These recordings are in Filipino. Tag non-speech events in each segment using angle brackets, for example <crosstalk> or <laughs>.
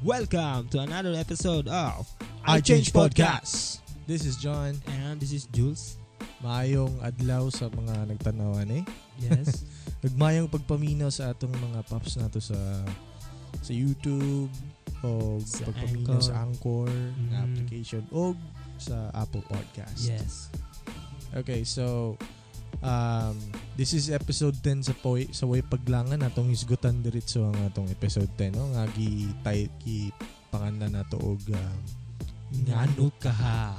Welcome to another episode of I Change Podcast. This is John. And this is Jules. Maayong adlaw sa mga nagtanawan eh. <laughs> Yes. Nagmayang pagpaminaw sa atong mga pops na to sa sa YouTube o Sa pagpaminaw Anchor. sa Anchor Mm-hmm. nga Mm. application o sa Apple Podcast. yes. Okay, so um, this is episode 10 sa Poy, sa Way Paglangan atong isgutan diretso ang atong episode 10 no nga gi tay gi pangalan nato og um, Ngano ka ha?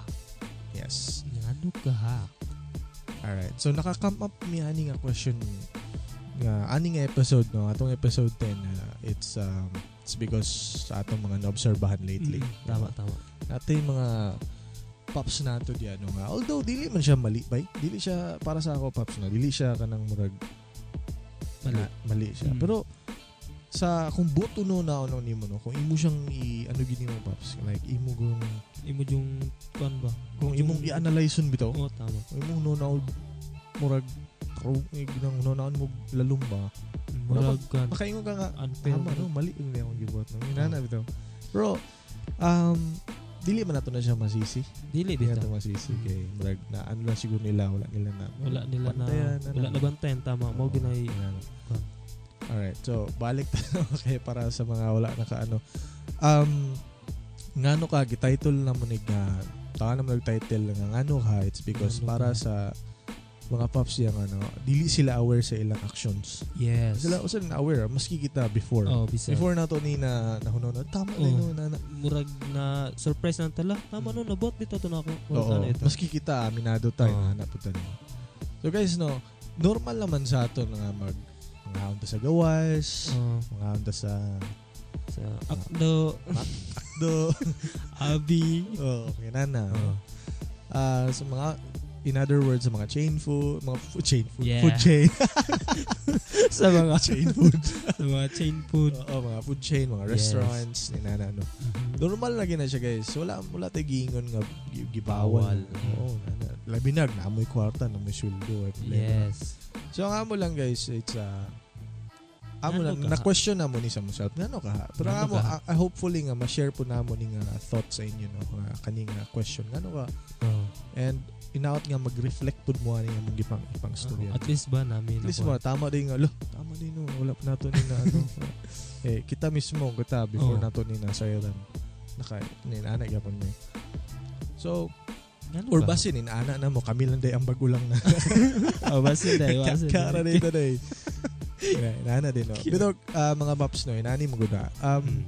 yes. Ngano ka ha? Alright. So naka-come up mi ani nga question nga ani nga episode no atong episode 10 uh, it's um it's because sa atong mga naobserbahan lately. Mm, tama, tama. Ato yung mga pops nato di ano nga. Although dili man siya mali bay, dili siya para sa ako pops na dili siya kanang murag Mali. na- mali siya. Mm. Pero sa kung buto no na ano nimo no, kung imo siyang i ano gini mo pops, like imo kung Imo yung kuan ba? kung imong i-analyze yun bitaw, Oo, tama. kung imong nonaw murag eh, karong nang nonaon mo lalong ba, Murag kuan. makaingon ka nga Unfair. tama no mali yung akong gibuhat no inana bitaw. Bro, um dili man nato na siya masisi. Dili Hindi bitaw. nato masisi Mm. kay murag na ano lang siguro nila wala nila na Wala nila na bantayan, wala na bantayan tama. Mao Oo, ginay inana. Kuwan. Ah. Alright, so balik tayo <laughs> kay para sa mga wala nakaano. Um ngano ka gititle naman ni nga taka naman nag-title nga ngano ka it's because Ngano para ka. sa mga pops yang ano dili sila aware sa ilang actions yes. sila usa na aware ah. maski kita before Oh, bisa. before na to ni na nahunaw na tama Oo. na yun, na, na. murag na surprise na tala. Tama no, Mm. nabot dito to na ako. Murag Oo, ano ito. Oh. maski kita aminado tayo Oo. na naputan mo so guys no normal naman sa ato nga mag mga hunta sa gawas Oo, mga hunta sa Oh, sa Akdo, do <laughs> Abi. <laughs> oh okay na na Oo. Ah, sa mga in other words sa mga chain food mga food chain food, Yeah. food chain sa mga chain food sa mga chain <laughs> food. Oo, Oh, mga food chain Yes. mga restaurants ni na ano Normal lagi na siya guys. Wala wala tay giingon nga gi- gibawal. Bawal. Oo, na, na. Labi na naamoy kwarta, naamoy sweldo, ay problema. Yes. So ang amo lang guys, it's uh, amo Ngano lang ka? na question namo ni sa musab. Ngano ka? ha? Pero Ngano amo ka? ah, ah, hopefully nga ma-share po namo ni nga thoughts sa inyo no, nga kani nga question. Ngano ka? Oh. And inaot nga mag-reflect pud mo ani among gipang ipang story. at least ba namin At least nakuha? mo, tama din nga, lo, tama din no, wala pa nato ni na ano. <laughs> eh, kita mismo, kita, before Oo. nato ni na sa ilan, naka, ninana, yapon mo. eh. So, Ano or ba? basin, ninana na mo, kami lang day ang bagulang na. <laughs> Oh, basin dai. <laughs> Basin. Kakara din <laughs> today. Yeah, inana din, no. Cute. Pero, ah, mga maps, no, inani mo guna. Um, Mm.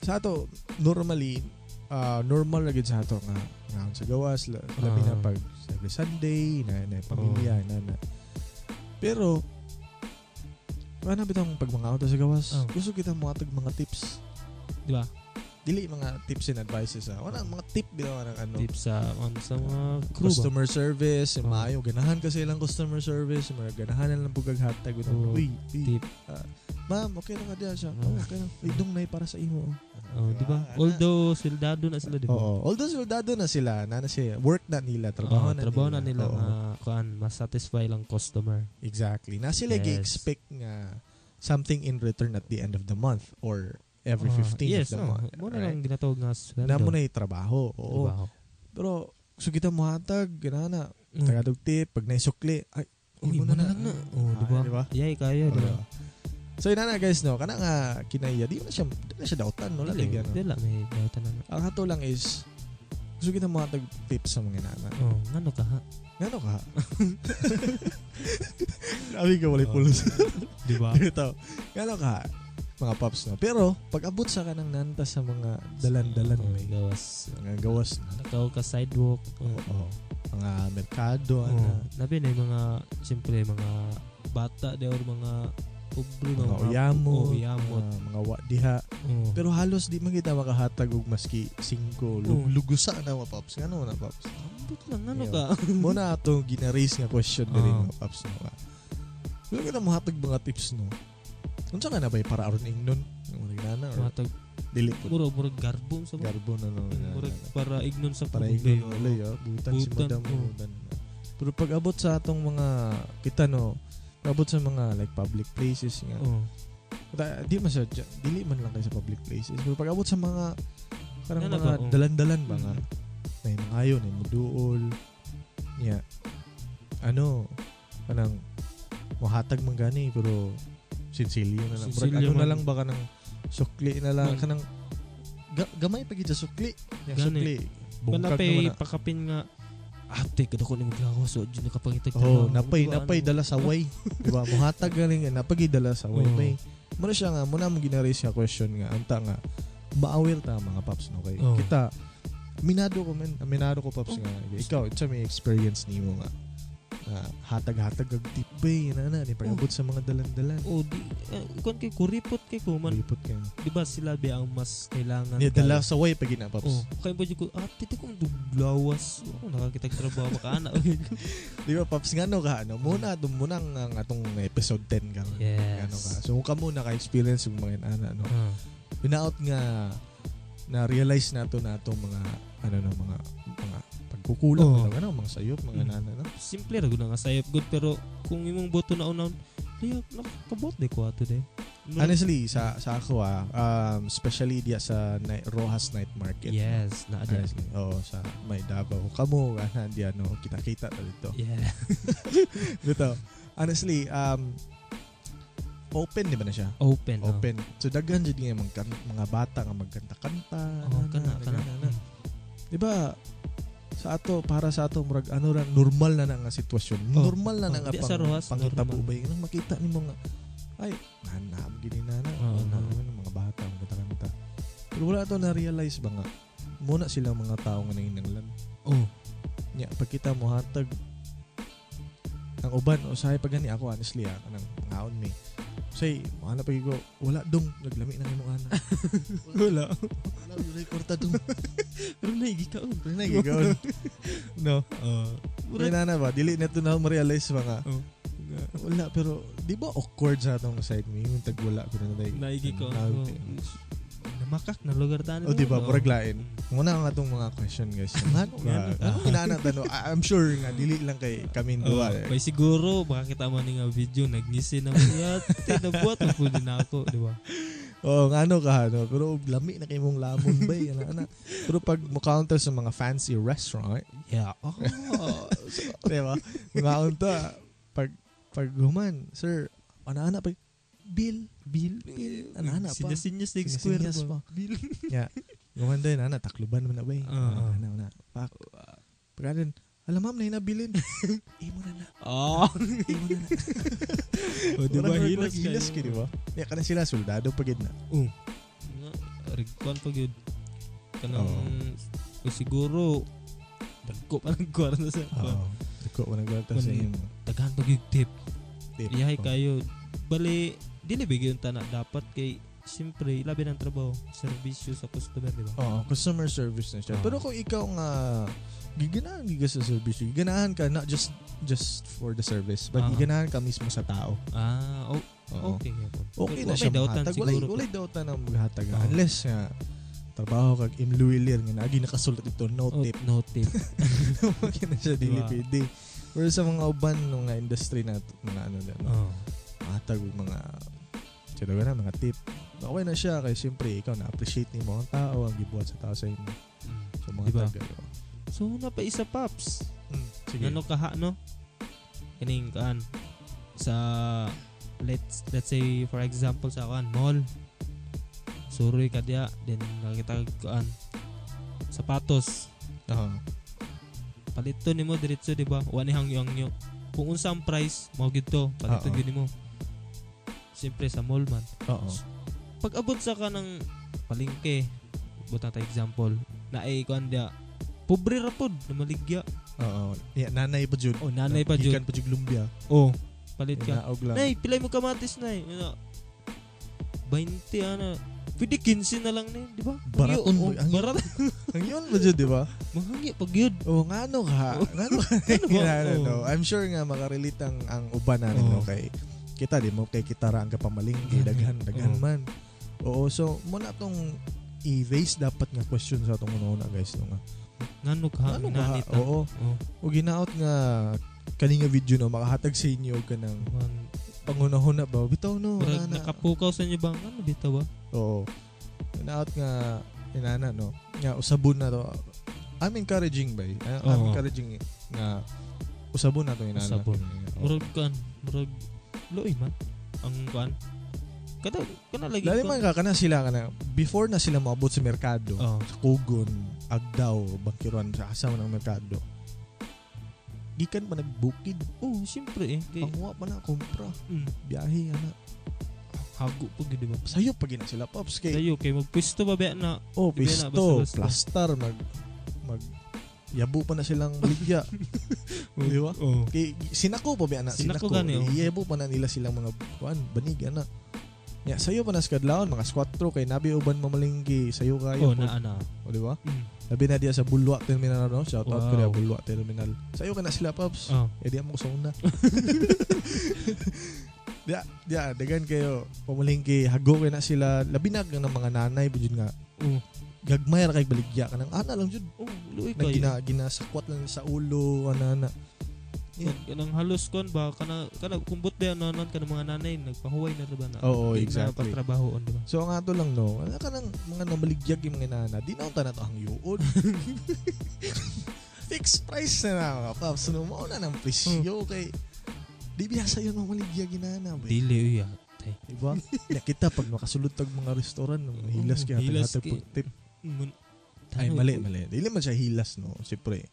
sa ato, normally, ah, normal lagi sa ato nga, nga sa gawas, la- labi na Ah. pag every Sunday, na, na pamilya, na, na. Pero, ano ba itong pag mga auto sa gawas? Oh. Gusto kita mga tag mga tips. Di ba? Dili mga tips and advices ha. Wala mga tip bitaw ng ano. Tips sa on sa mga crew ba? Customer service, yung Oh. maayo ganahan kasi ilang customer service, mga ganahan lang pugag hatag Oh, Uy, uy. Tip. Ah, Ma'am, okay na ka diyan siya. Ah. Oh, okay na. Uy, dungnay para sa imo. Oh, di ba? Ah, Although sildado na sila, di ba? Oo. Although soldado na sila, na na siya, work na nila, trabaho Oo, na trabaho nila. na nila ah. Oo. na kuan, masatisfy lang customer. Exactly. Na sila Yes. gi-expect nga something in return at the end of the month or every Ah, 15th yes, of the oh, month. Mo na Alright? lang ginatawag nga sweldo. Mm. Na mo na yung trabaho. Oo. Trabaho. Pero, gusto kita muhatag, ganana. Mm. Tagadog tip, pag naisukli, ay, Uy, mo mo na lang na. Oh, di ba? Ah, di ba? Yay, kaya, Oo, di ba? diba? So, yun na na, guys, no? Kana nga, kinaya, di mo na siya, di na siya dautan, no? Lalig, Dili, ano? dili, may data na. nga. Ang hato lang is, gusto kita muhatag tips sa mga nana. Oh, ngano ka ha? Ngano ka? <laughs> Sabi ka, wala Oo. <laughs> pulos. Di ba? Ito, gano'n ka, mga pops, no? Pero, pag abot sa kanang nanta sa mga dalan-dalan, Oh, may gawas. mga gawas na. Nakaw ka sidewalk. Oh. Oo. Mga merkado, ano. Oh. Nabi na yung mga, siyempre, mga bata de or mga ubro na Mga uyamot. Oh, uyamot. mga- mga wadiha. Oh. Pero halos di man kita makahatag og maski singko. Oo. Lug lugusa na mga pops. Ano na pops? Ambot lang, ano Ayaw. ka? Muna atong ginaraise nga question diri Ah. mga pops no. ba? Wala kita mohatag mga tips no. Unsa nga na ba para aron ingnon? Ang nana or Matag, dili po. murag, murag garbong sa mga. Garbo na no. na- Murag na- para ignon sa iya, Para pamilya, ingnon uloy oh. Butan si Butan, madam oo. butan. Pero pag abot sa atong mga kita no, pag abot sa mga like public places nga. Oh. Ta- di man sa dya- dili man lang kayo sa public places pero pag abot sa mga karang Nga na mga ba, oo. dalan-dalan ba nga Mm. may mga ayo may muduol nya ano kanang mohatag man gani pero sinsilyo na lang Murag Sinsilyo ano na man. lang ba kanang sukli na lang Man. kanang ga- gamay pa gid sa sukli nya Gani. sukli bungkag Panapay naman na. pakapin nga ate kadako ni maglawas so jud nakapangitag oh napay napay dala sa <laughs> way Diba? di ba mohatag galing napay gid dala sa way Oo. may muna siya nga muna mo ginaraise nga question nga anta nga baawil ta mga paps no kay Oo. kita minado ko men minado ko paps nga ikaw it's may experience nimo nga ah, hatag-hatag og tip bay na na ni pagabot sa mga dalan-dalan oh di eh, kun kay kuripot kay ko man lipot kay di ba sila be ang mas kailangan ni dala kay- sa way pag ina oh paps kay mo jud ko ate di ko duglawas oh nakakitag trabaho maka ana di ba paps nga no ka ano muna dum muna ang atong episode 10 karon yes ano ka so kung ka muna ka experience ug mga ano, ana no Ah. binaot nga na realize nato na itong mga ano na mga mga pagkukulang Oo. talaga na mga sayop mga Mm. nana no simple ra gud nga sayop good pero kung imong boto na unaw diya nakakabot de ko ato de No- honestly sa sa ako ah um, especially diya sa night, Rojas Night Market yes na ada honestly oh sa may Davao kamo ana diya no kita-kita ta dito yeah dito honestly um open di ba na siya open oh. open so daghan jud nga mga, mga bata nga magkanta-kanta oh, kana kana Di ba? Sa ato para sa ato murag ano ra normal na na nga sitwasyon. Oh. Normal na na Oh, nga di sa Rojas, pangita normal. po ba yun? makita nimo nga ay nanam gini na na. Oo, Ano na. naman ang mga bata ang kanta kanta. Pero wala ato na realize ba nga muna sila ang mga tao nga nanginanglan. oh Nya pagkita mo hatag ang uban usahay pag gani ako honestly ah kanang ngaon mi. Say, mga pag ko, wala dong, naglami na imong ana. <laughs> wala. Wala, wala korta <laughs> dong. pero naigi ka oh Pero <laughs> nagigaon. no. Murag- May nana ba? Dili na ito na ma-realize mga. Oh. Wala, pero di ba awkward sa atong side mo? Yung tagwala ko na tayo. naigi ko Tawag oh. tayo. namakak na lugar tani O di Oh. ba, murag lain. Muna ang atong mga question guys. Nga ba? Nga, no. Ano inana tanong? I- I'm sure nga, dili lang kay kami Oh, dua. bay siguro baka kita man ni nga video nagnisi na mo yat tinabuhat na pud na ako di ba Oo, nga ano ka, no? Pero lami na kay mong lamon ba? Ano, ano. Pero pag mo-counter sa mga fancy restaurant, yeah oh di ba? Mga unta, pag, pag human, sir, ano, ano-ano pa, bill, bill, bill, ano-ano pa. sinasinyas na yung square Sinasinyas ba? Bill. Gawan din, ana, takluban mo na ba eh. Ah. Ana, ana, pak. Pagkain, alam ma'am, na hinabilin. <laughs> Imo na na, Oh. imo na na. o, di ba? Parang Hilas nag- Oh, Hilas ka, di ba? Kaya ka na sila, soldado pa gid na. Oo. Nga, Rigkwan pa yun. Kanang, Oo. o Oh. siguro, dagko pa ng kwarta sa Oo. Dako, walang gwalta Wala. sa imo. Tagahan pag yung tip. Tip. Iyahay Oo. kayo. Bali, dili bigay yung tana. Dapat kay, siyempre, labi ng trabaho. Servisyo sa customer, di ba? Oo, customer service na siya. Oo. Pero kung ikaw nga, giganahan giga sa service, giganahan ka not just just for the service, but Ah. giganahan ka mismo sa tao. Ah, o- Oo. okay. Okay, Okay na siya maghatag. Walay, walay dautan ang maghatag. Oo. Unless nga, trabaho kag imluilir nga naagi nakasulat ito, no tip. <laughs> Oh, No tip. Okay na siya dili Diba? pwede. Pero sa mga uban ng mga industry na mga ano na, no, Oo. hatag og mga sila na mga tip. Okay na siya kay siyempre ikaw na appreciate ni mo ang tao, ang gibuhat sa tao sa imo. Mm. So mga Diba? diba? tag. So, na pa isa, Paps. Mm, sige. Ano kaha no? Kaning kaan sa let's let's say for example sa kaan mall. Suroy ka diya then nakita ka kaan sapatos. Oo. Palito nimo diretso di ba? Wa ni hangyang nyo. Kung unsa ang price mao gid to, palito Oo. gyud nimo. Siyempre sa mall man. Oo. Pag abot sa ka ng palengke, butang ta example, na ay kuan diya pobre ra pod na maligya. Oo. Yeah, nanay pa jud. Oh, nanay pa jud. Gikan pa jud lumbia. Oh, palit ka. Naog lang. Nay, pilay mo kamatis na eh. Ano, 20 ano. Pwede 15 na lang na yun, di ba? Baraton, Yo, boy. Ang- barat. <laughs> Ang yun ba jud, di ba? Mahangya pag yun. Oo, nga ano ka? <laughs> Nga ano ka? Ano ba? Nga ano, Oo. no? I'm sure nga makarelate ang, ang uban natin Oo. Mm-hmm. no? kay kita di mo kay kita ra ang kapamaling kay daghan daghan Oo. man. Oo, so muna tong i-raise dapat nga question sa atong una guys no nga. Ngano ka? Ano ba? Nanita. Oo. Oh, O ginaot nga kani nga video no makahatag sa inyo ka ng man, pangunahuna ba bitaw no Pero ana. nakapukaw sa inyo bang ano bitaw ba? Oo. Out nga inana no. Nga usabon na to. I'm encouraging ba? eh. I'm Oo. encouraging eh, nga usabon na to inana. Usabon. Oo. Murag kan, murag luoy man ang kan. Kada kana lagi. Lalo kuan. man ka kana sila kana before na sila maabot sa merkado. Oo. Sa Kugon, Agdao, Bangkiruan, sa asawa ng merkado. Gikan pa nagbukid. Oh, syempre eh. Kay, Panguha pa na kumpra. mm, Biyahe ana. hago po gid ba? Sayo pa gina sila pops kay. Kayo kay magpwesto ba ba na Oh, Di ba na, pisto, basta-basta. plaster mag mag yabo pa na <laughs> silang ligya. Di ba? Oh. Kay, sinako pa ba anak? Sinako Sinako. gani, oh. Iyebo pa na nila silang mga kuan, banig anak. Ya, sayo pa na skadlaon mga squatro kay nabi uban mamalinggi sayo Oh, kayo. na ana. O, di ba? Mm. Labi na diya sa Bulwa Terminal no? Shout out Wow. ko diya, Bulwa Terminal. Sayo ka na sila Pops. Oh. Eh di mo sa <laughs> <laughs> una. Diya, diya, ah, dagan kayo. Pamalinggi, hago kayo na sila. Labi na ng mga nanay ba jud nga. Oh. Gagmay ra kay baligya ka ng ana lang jud. Oh, luoy Nang kayo. gina, ginasakwat lang sa ulo ana ana. <laughs> Nang, nang halos kon ba kana kana kumbot ba na nan kana mga nanay nagpahuway na ra ba na. Oo, Di Na exactly. patrabaho on ba. So ang ato lang no, wala ka ng mga namaligyag yung mga nana, di na unta na to ang yuod. <laughs> Fixed price na na mga paps. No, mauna ng presyo kay di biyasa yun mga maligyag yung nana. Ba? Dili ah. uya. Tay. Diba? Nakita pag nakasulod tag mga restaurant, no, Oo, hilas kaya hilas Hmm, hilas kay- tip. Mun- Ay, mali, mali. Dili man siya hilas, no? Siyempre,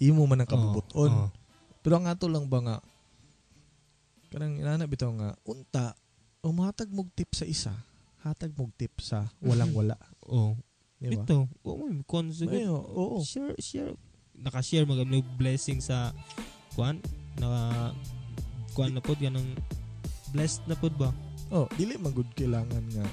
imo man ang kabubuton. Oo, oo. Pero ang ato lang ba nga, kanang inana bitaw nga, unta, umatag mog tip sa isa, hatag mog tip sa <laughs> walang-wala. Oh, Di ba? Ito, oo mo yung conjugate. Ayo, oo. Share, share. Naka-share mag may blessing sa kuan na kuan na pod ganang blessed na pod ba? Oh, dili man gud kailangan nga.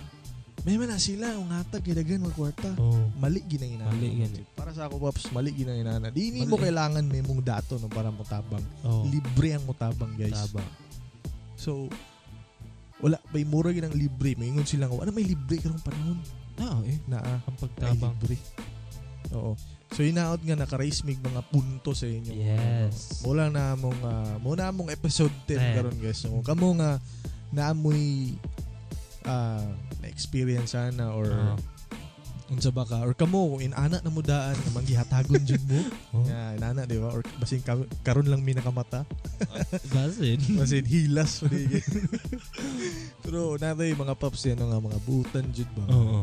May man na sila ang hatag gidagan mga kwarta. Oh. Mali ginangina. Mali gani. Para sa ako paps, mali ginangina. Di ni Mali. mo kailangan may mong dato no para mutabang. Oh. Libre ang mutabang, guys. Taba. So wala may mura ginang libre. Maingon sila nga, ano may libre karong panahon? Na eh, Naa. ang May pagtabang. libre. Oo. So inaot nga naka-raise mig mga punto sa inyo. Yes. Mula na mong ah, muna mong episode 10 Ten. karon guys. So kung kamo nga ah, naamoy ah experience sana or Ah. unsa ba ka or kamo in anak na mudaan nga manggihatagon jud <laughs> mo. Oh. Nga inana di ba or basin ka- karon lang mi nakamata. <laughs> Basin. Basin hilas <laughs> pa di. Pero nanay mga pops yan no, nga mga butan jud ba. Oo.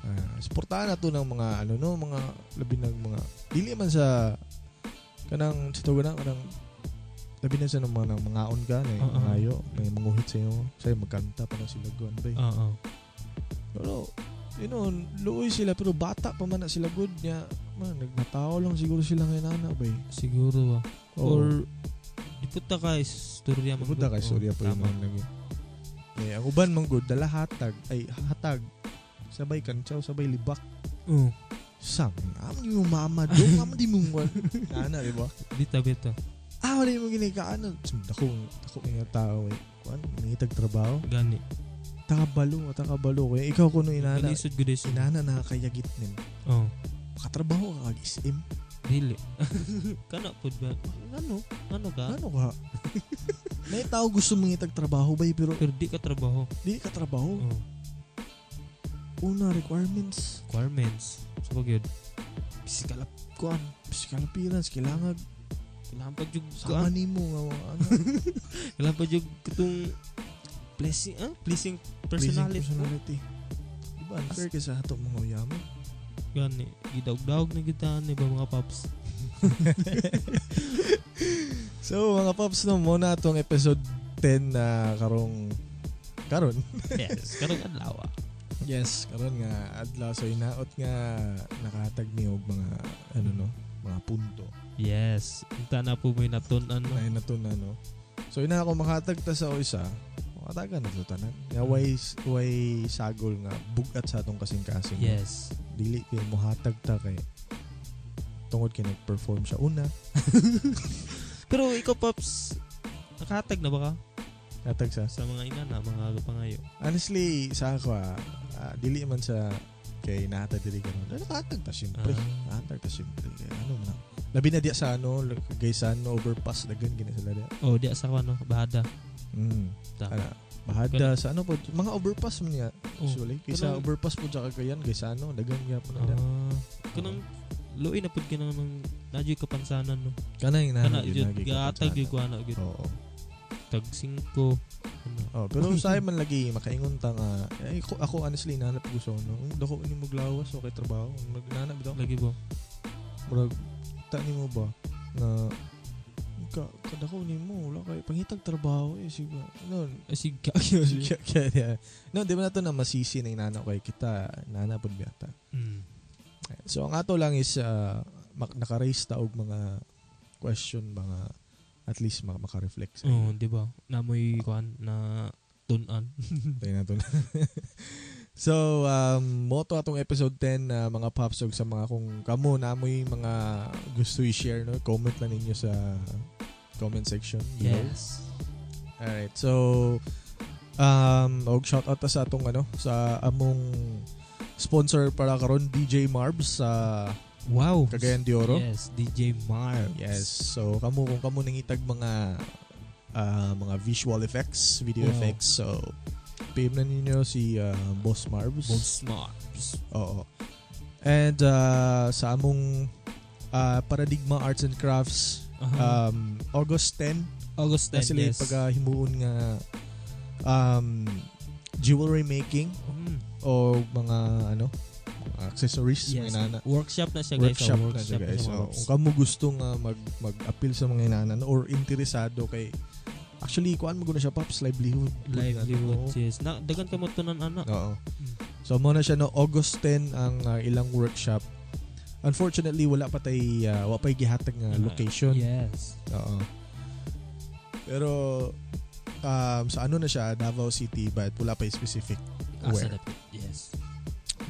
Ah, suportahan na to ng mga ano no, mga labi ng mga dili man sa kanang sa tawag na kanang labi na sa ng mga ng mga on ka na Oo. mga ayo, may manguhit sa iyo, say magkanta pa na sila gwan bay. Oo. Pero you know, luoy sila pero bata pa man na sila good niya. Man, nagmatao lang siguro sila ngayon ana bay. Siguro ba. Oo. Or diputa ka istorya man. Pupunta kay Oo, Surya po yun tama. ang naging. Eh, ang uban mong good, dala hatag, ay hatag, sabay kantsaw, sabay libak. Oo. Sam, amon di mo mama, do, <laughs> amon di mo mwan. Nana, di ba? Bita bita. Ah, wala yung mga ginikaano. Dako, dako nga tao eh. Kuan, nangitag trabaho. Gani. Takabalo, takabalo. Kaya ah, ikaw kuno inana, Kalisod gud is. inana nakakayagit nin. Oo. Makatrabaho ka kag-SM. Oh, Dili. <laughs> Kana Anu, pod ba? Ano? Ano ka? Ano ka? <laughs> May tao gusto mangitag trabaho ba eh, pero Pero di ka trabaho. Oh, di ka trabaho. Oo. Una, requirements. requirements. So pag yun, physical up kuan, Physical appearance, kailangan kailangan pa jug sama kuan, nimo nga mga ano. kailangan pa jug katong pleasing, ah, pleasing personality. Pleasing personality. Diba, unfair ka sa ato mga uyama. Yan eh, gidaog-daog na kita ni ba mga paps. <laughs> So mga Pops, no, muna itong episode 10 na karong karon. Yes, karong adlaw. ah. Yes, karon nga adlaw so inaot nga nakahatag ni og mga ano no, mga punto. Yes, unta na po may natun-an Na no. inato na no. So ina ako makahatag ta sa isa. Makatagan na to tanan. Nga way, way sagol nga bugat sa atong kasing-kasing. Yes. Dili kay mo hatag ta kay tungod kay nag-perform siya una. Pero ikaw paps, nakahatag na ba ka Hatag sa sa mga ina na mga pangayo? Honestly, sa ako ah, ah, dili man sa kay nata diri karon. Ano katag ta syempre. Ah. Katag ta syempre. Kaya ano man. ang- Labi na diya sa ano, kay sa ano overpass dagan gina sila diya. Oh, di sa ano, bahada. Mm. Tama. Ana. Bahada sa ano po, mga overpass man niya Oh. usually. Kaysa Kanang- overpass po diya kagayan, kaysa ano, dagan nga po na diya. Ah, kanang luoy na pud ka nang nang nadyoy kapansanan no. Kana yung Kana nanay, jud nagiging gatag kansana. gyud ko ana gyud Oo. gitu, tag 5. Ano? Oh, <laughs> pero sa man lagi makaingon ta nga eh, ako, ako honestly nanap gusto ko no. Ang Dako ni mo glawas okay trabaho. Magnanap daw. Lagi ba? Murag ta ni mo ba na ka kadako ni mo wala kay pangitag trabaho eh siga. No, <laughs> Asig ka. kaya, kaya, kaya. no, di ba na to na masisi na inanaw kay kita, nanapod biyata. Mm. So ang ato lang is uh, mak- naka-raise ta og mga question mga at least mak- maka-reflect. sa Oh, di ba? Namoy kuan na tunan. Tayo na to na. <laughs> so, um, moto atong episode 10 na mga popsog sa mga kung kamo na mo yung mga gusto i-share, no? comment na ninyo sa comment section. below. Yes. Alright, so um, og shout out sa atong ano, sa among sponsor para karon DJ Marbs sa Wow. Cagayan de Oro. Yes, DJ Marv. Yes. So, kamo kung kamo nangitag mga ah, mga visual effects, video Wow. effects. So, PM na ninyo si ah, Boss Marbs. Boss Marbs. Oo. And ah, sa among ah, Paradigma Arts and Crafts Aha. um, August 10 August 10, na sila Mm-hmm. yes. paghimuon nga um, jewelry making Mm. o mga ano mga accessories mga Yes. inana Workshop na siya guys. workshop, oh, na siya guys. sa So, Marbs. kung kamo gusto nga ah, mag mag-appeal sa mga inanan or interesado kay actually kuan mo na siya pops livelihood Hmm. Livelihood Oo. yes. Na, dagan ka mo tunan anak. Oo. Mm. So mo na siya no August 10 ang uh, ilang workshop. Unfortunately wala pa tay uh, wala pa gihatag nga Ah, location. Yes. Oo. Pero um, sa ano na siya Davao City but wala pa specific. Asa Where? na po. Ah, Yes.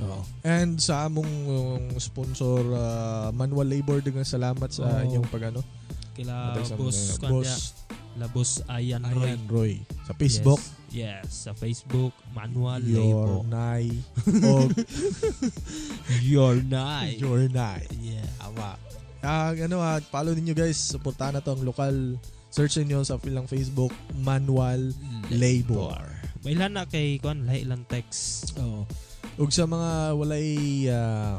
Oo. And sa among um, sponsor uh, Manual Labor dagang salamat sa Oo. inyong pagano. Kila Matag sa Ah, boss mga- kan boss niya. La boss Ayan Roy. Ayan Roy sa Facebook. Yes. yes. Sa Facebook. Manual Your Label. <laughs> Nai o Your <laughs> night. Your Nai. Yeah. Tama. Ah, ano ah, follow ninyo guys. Suportahan na to ang lokal. Search ninyo sa ilang Facebook, Manual Labor. May ilan na kay kuan lahi ilang text. Oo. Ug sa mga walay ah,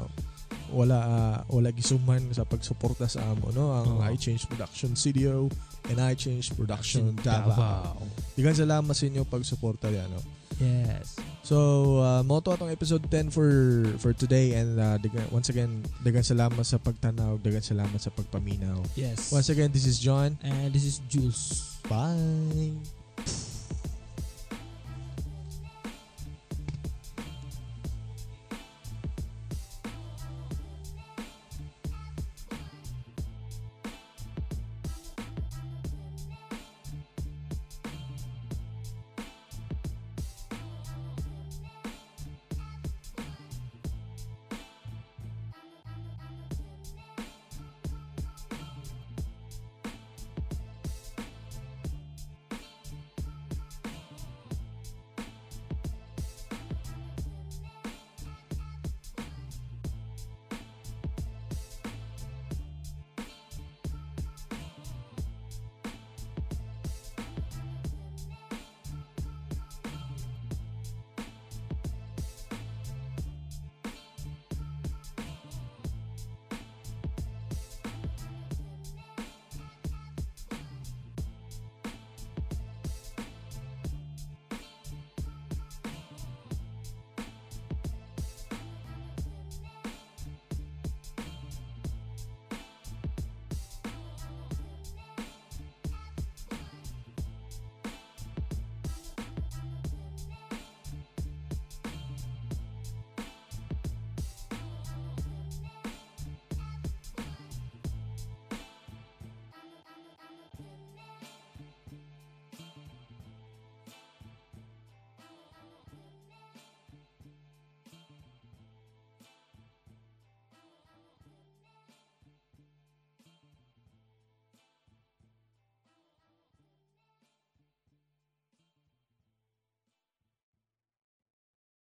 wala ah, wala gisuman sa pagsuporta sa amo no ang Oo. iChange Production Studio and iChange Production Davao. Davao. Digan salamat sa inyo pagsuporta di ano. Yes. So, uh, moto atong episode 10 for for today and ah, digan- once again, dagan salamat sa pagtanaw, dagan salamat sa pagpaminaw. Yes. Once again, this is John. And this is Jules. Bye.